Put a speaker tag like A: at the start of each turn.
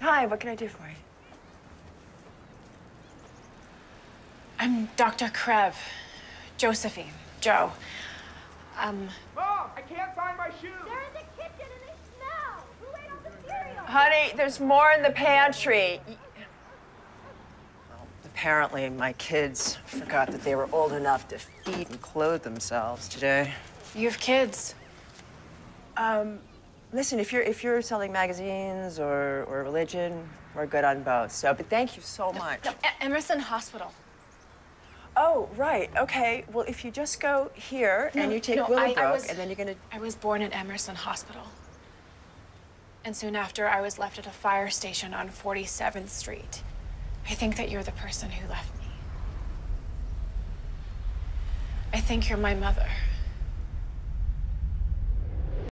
A: Hi, what can I do for you?
B: I'm Dr. Krev. Josephine. Joe. Um,
C: Mom, I can't find my shoes.
D: They're in the kitchen and they smell. Who ate all the cereal?
A: Honey, there's more in the pantry. Y- Apparently, my kids forgot that they were old enough to feed and clothe themselves today.
B: you have kids.
A: Um, Listen, if you're if you're selling magazines or, or religion, we're good on both. So, but thank you so much.
B: E- Emerson Hospital.
A: Oh, right. Okay. Well, if you just go here and
B: No,
A: you take
B: no, I- I
A: Willowbrook,
B: was-
A: and then you're gonna.
B: I was born at Emerson Hospital. And soon after, I was left at a fire station on 47th Street. I think that you're the person who left me. I think you're my mother.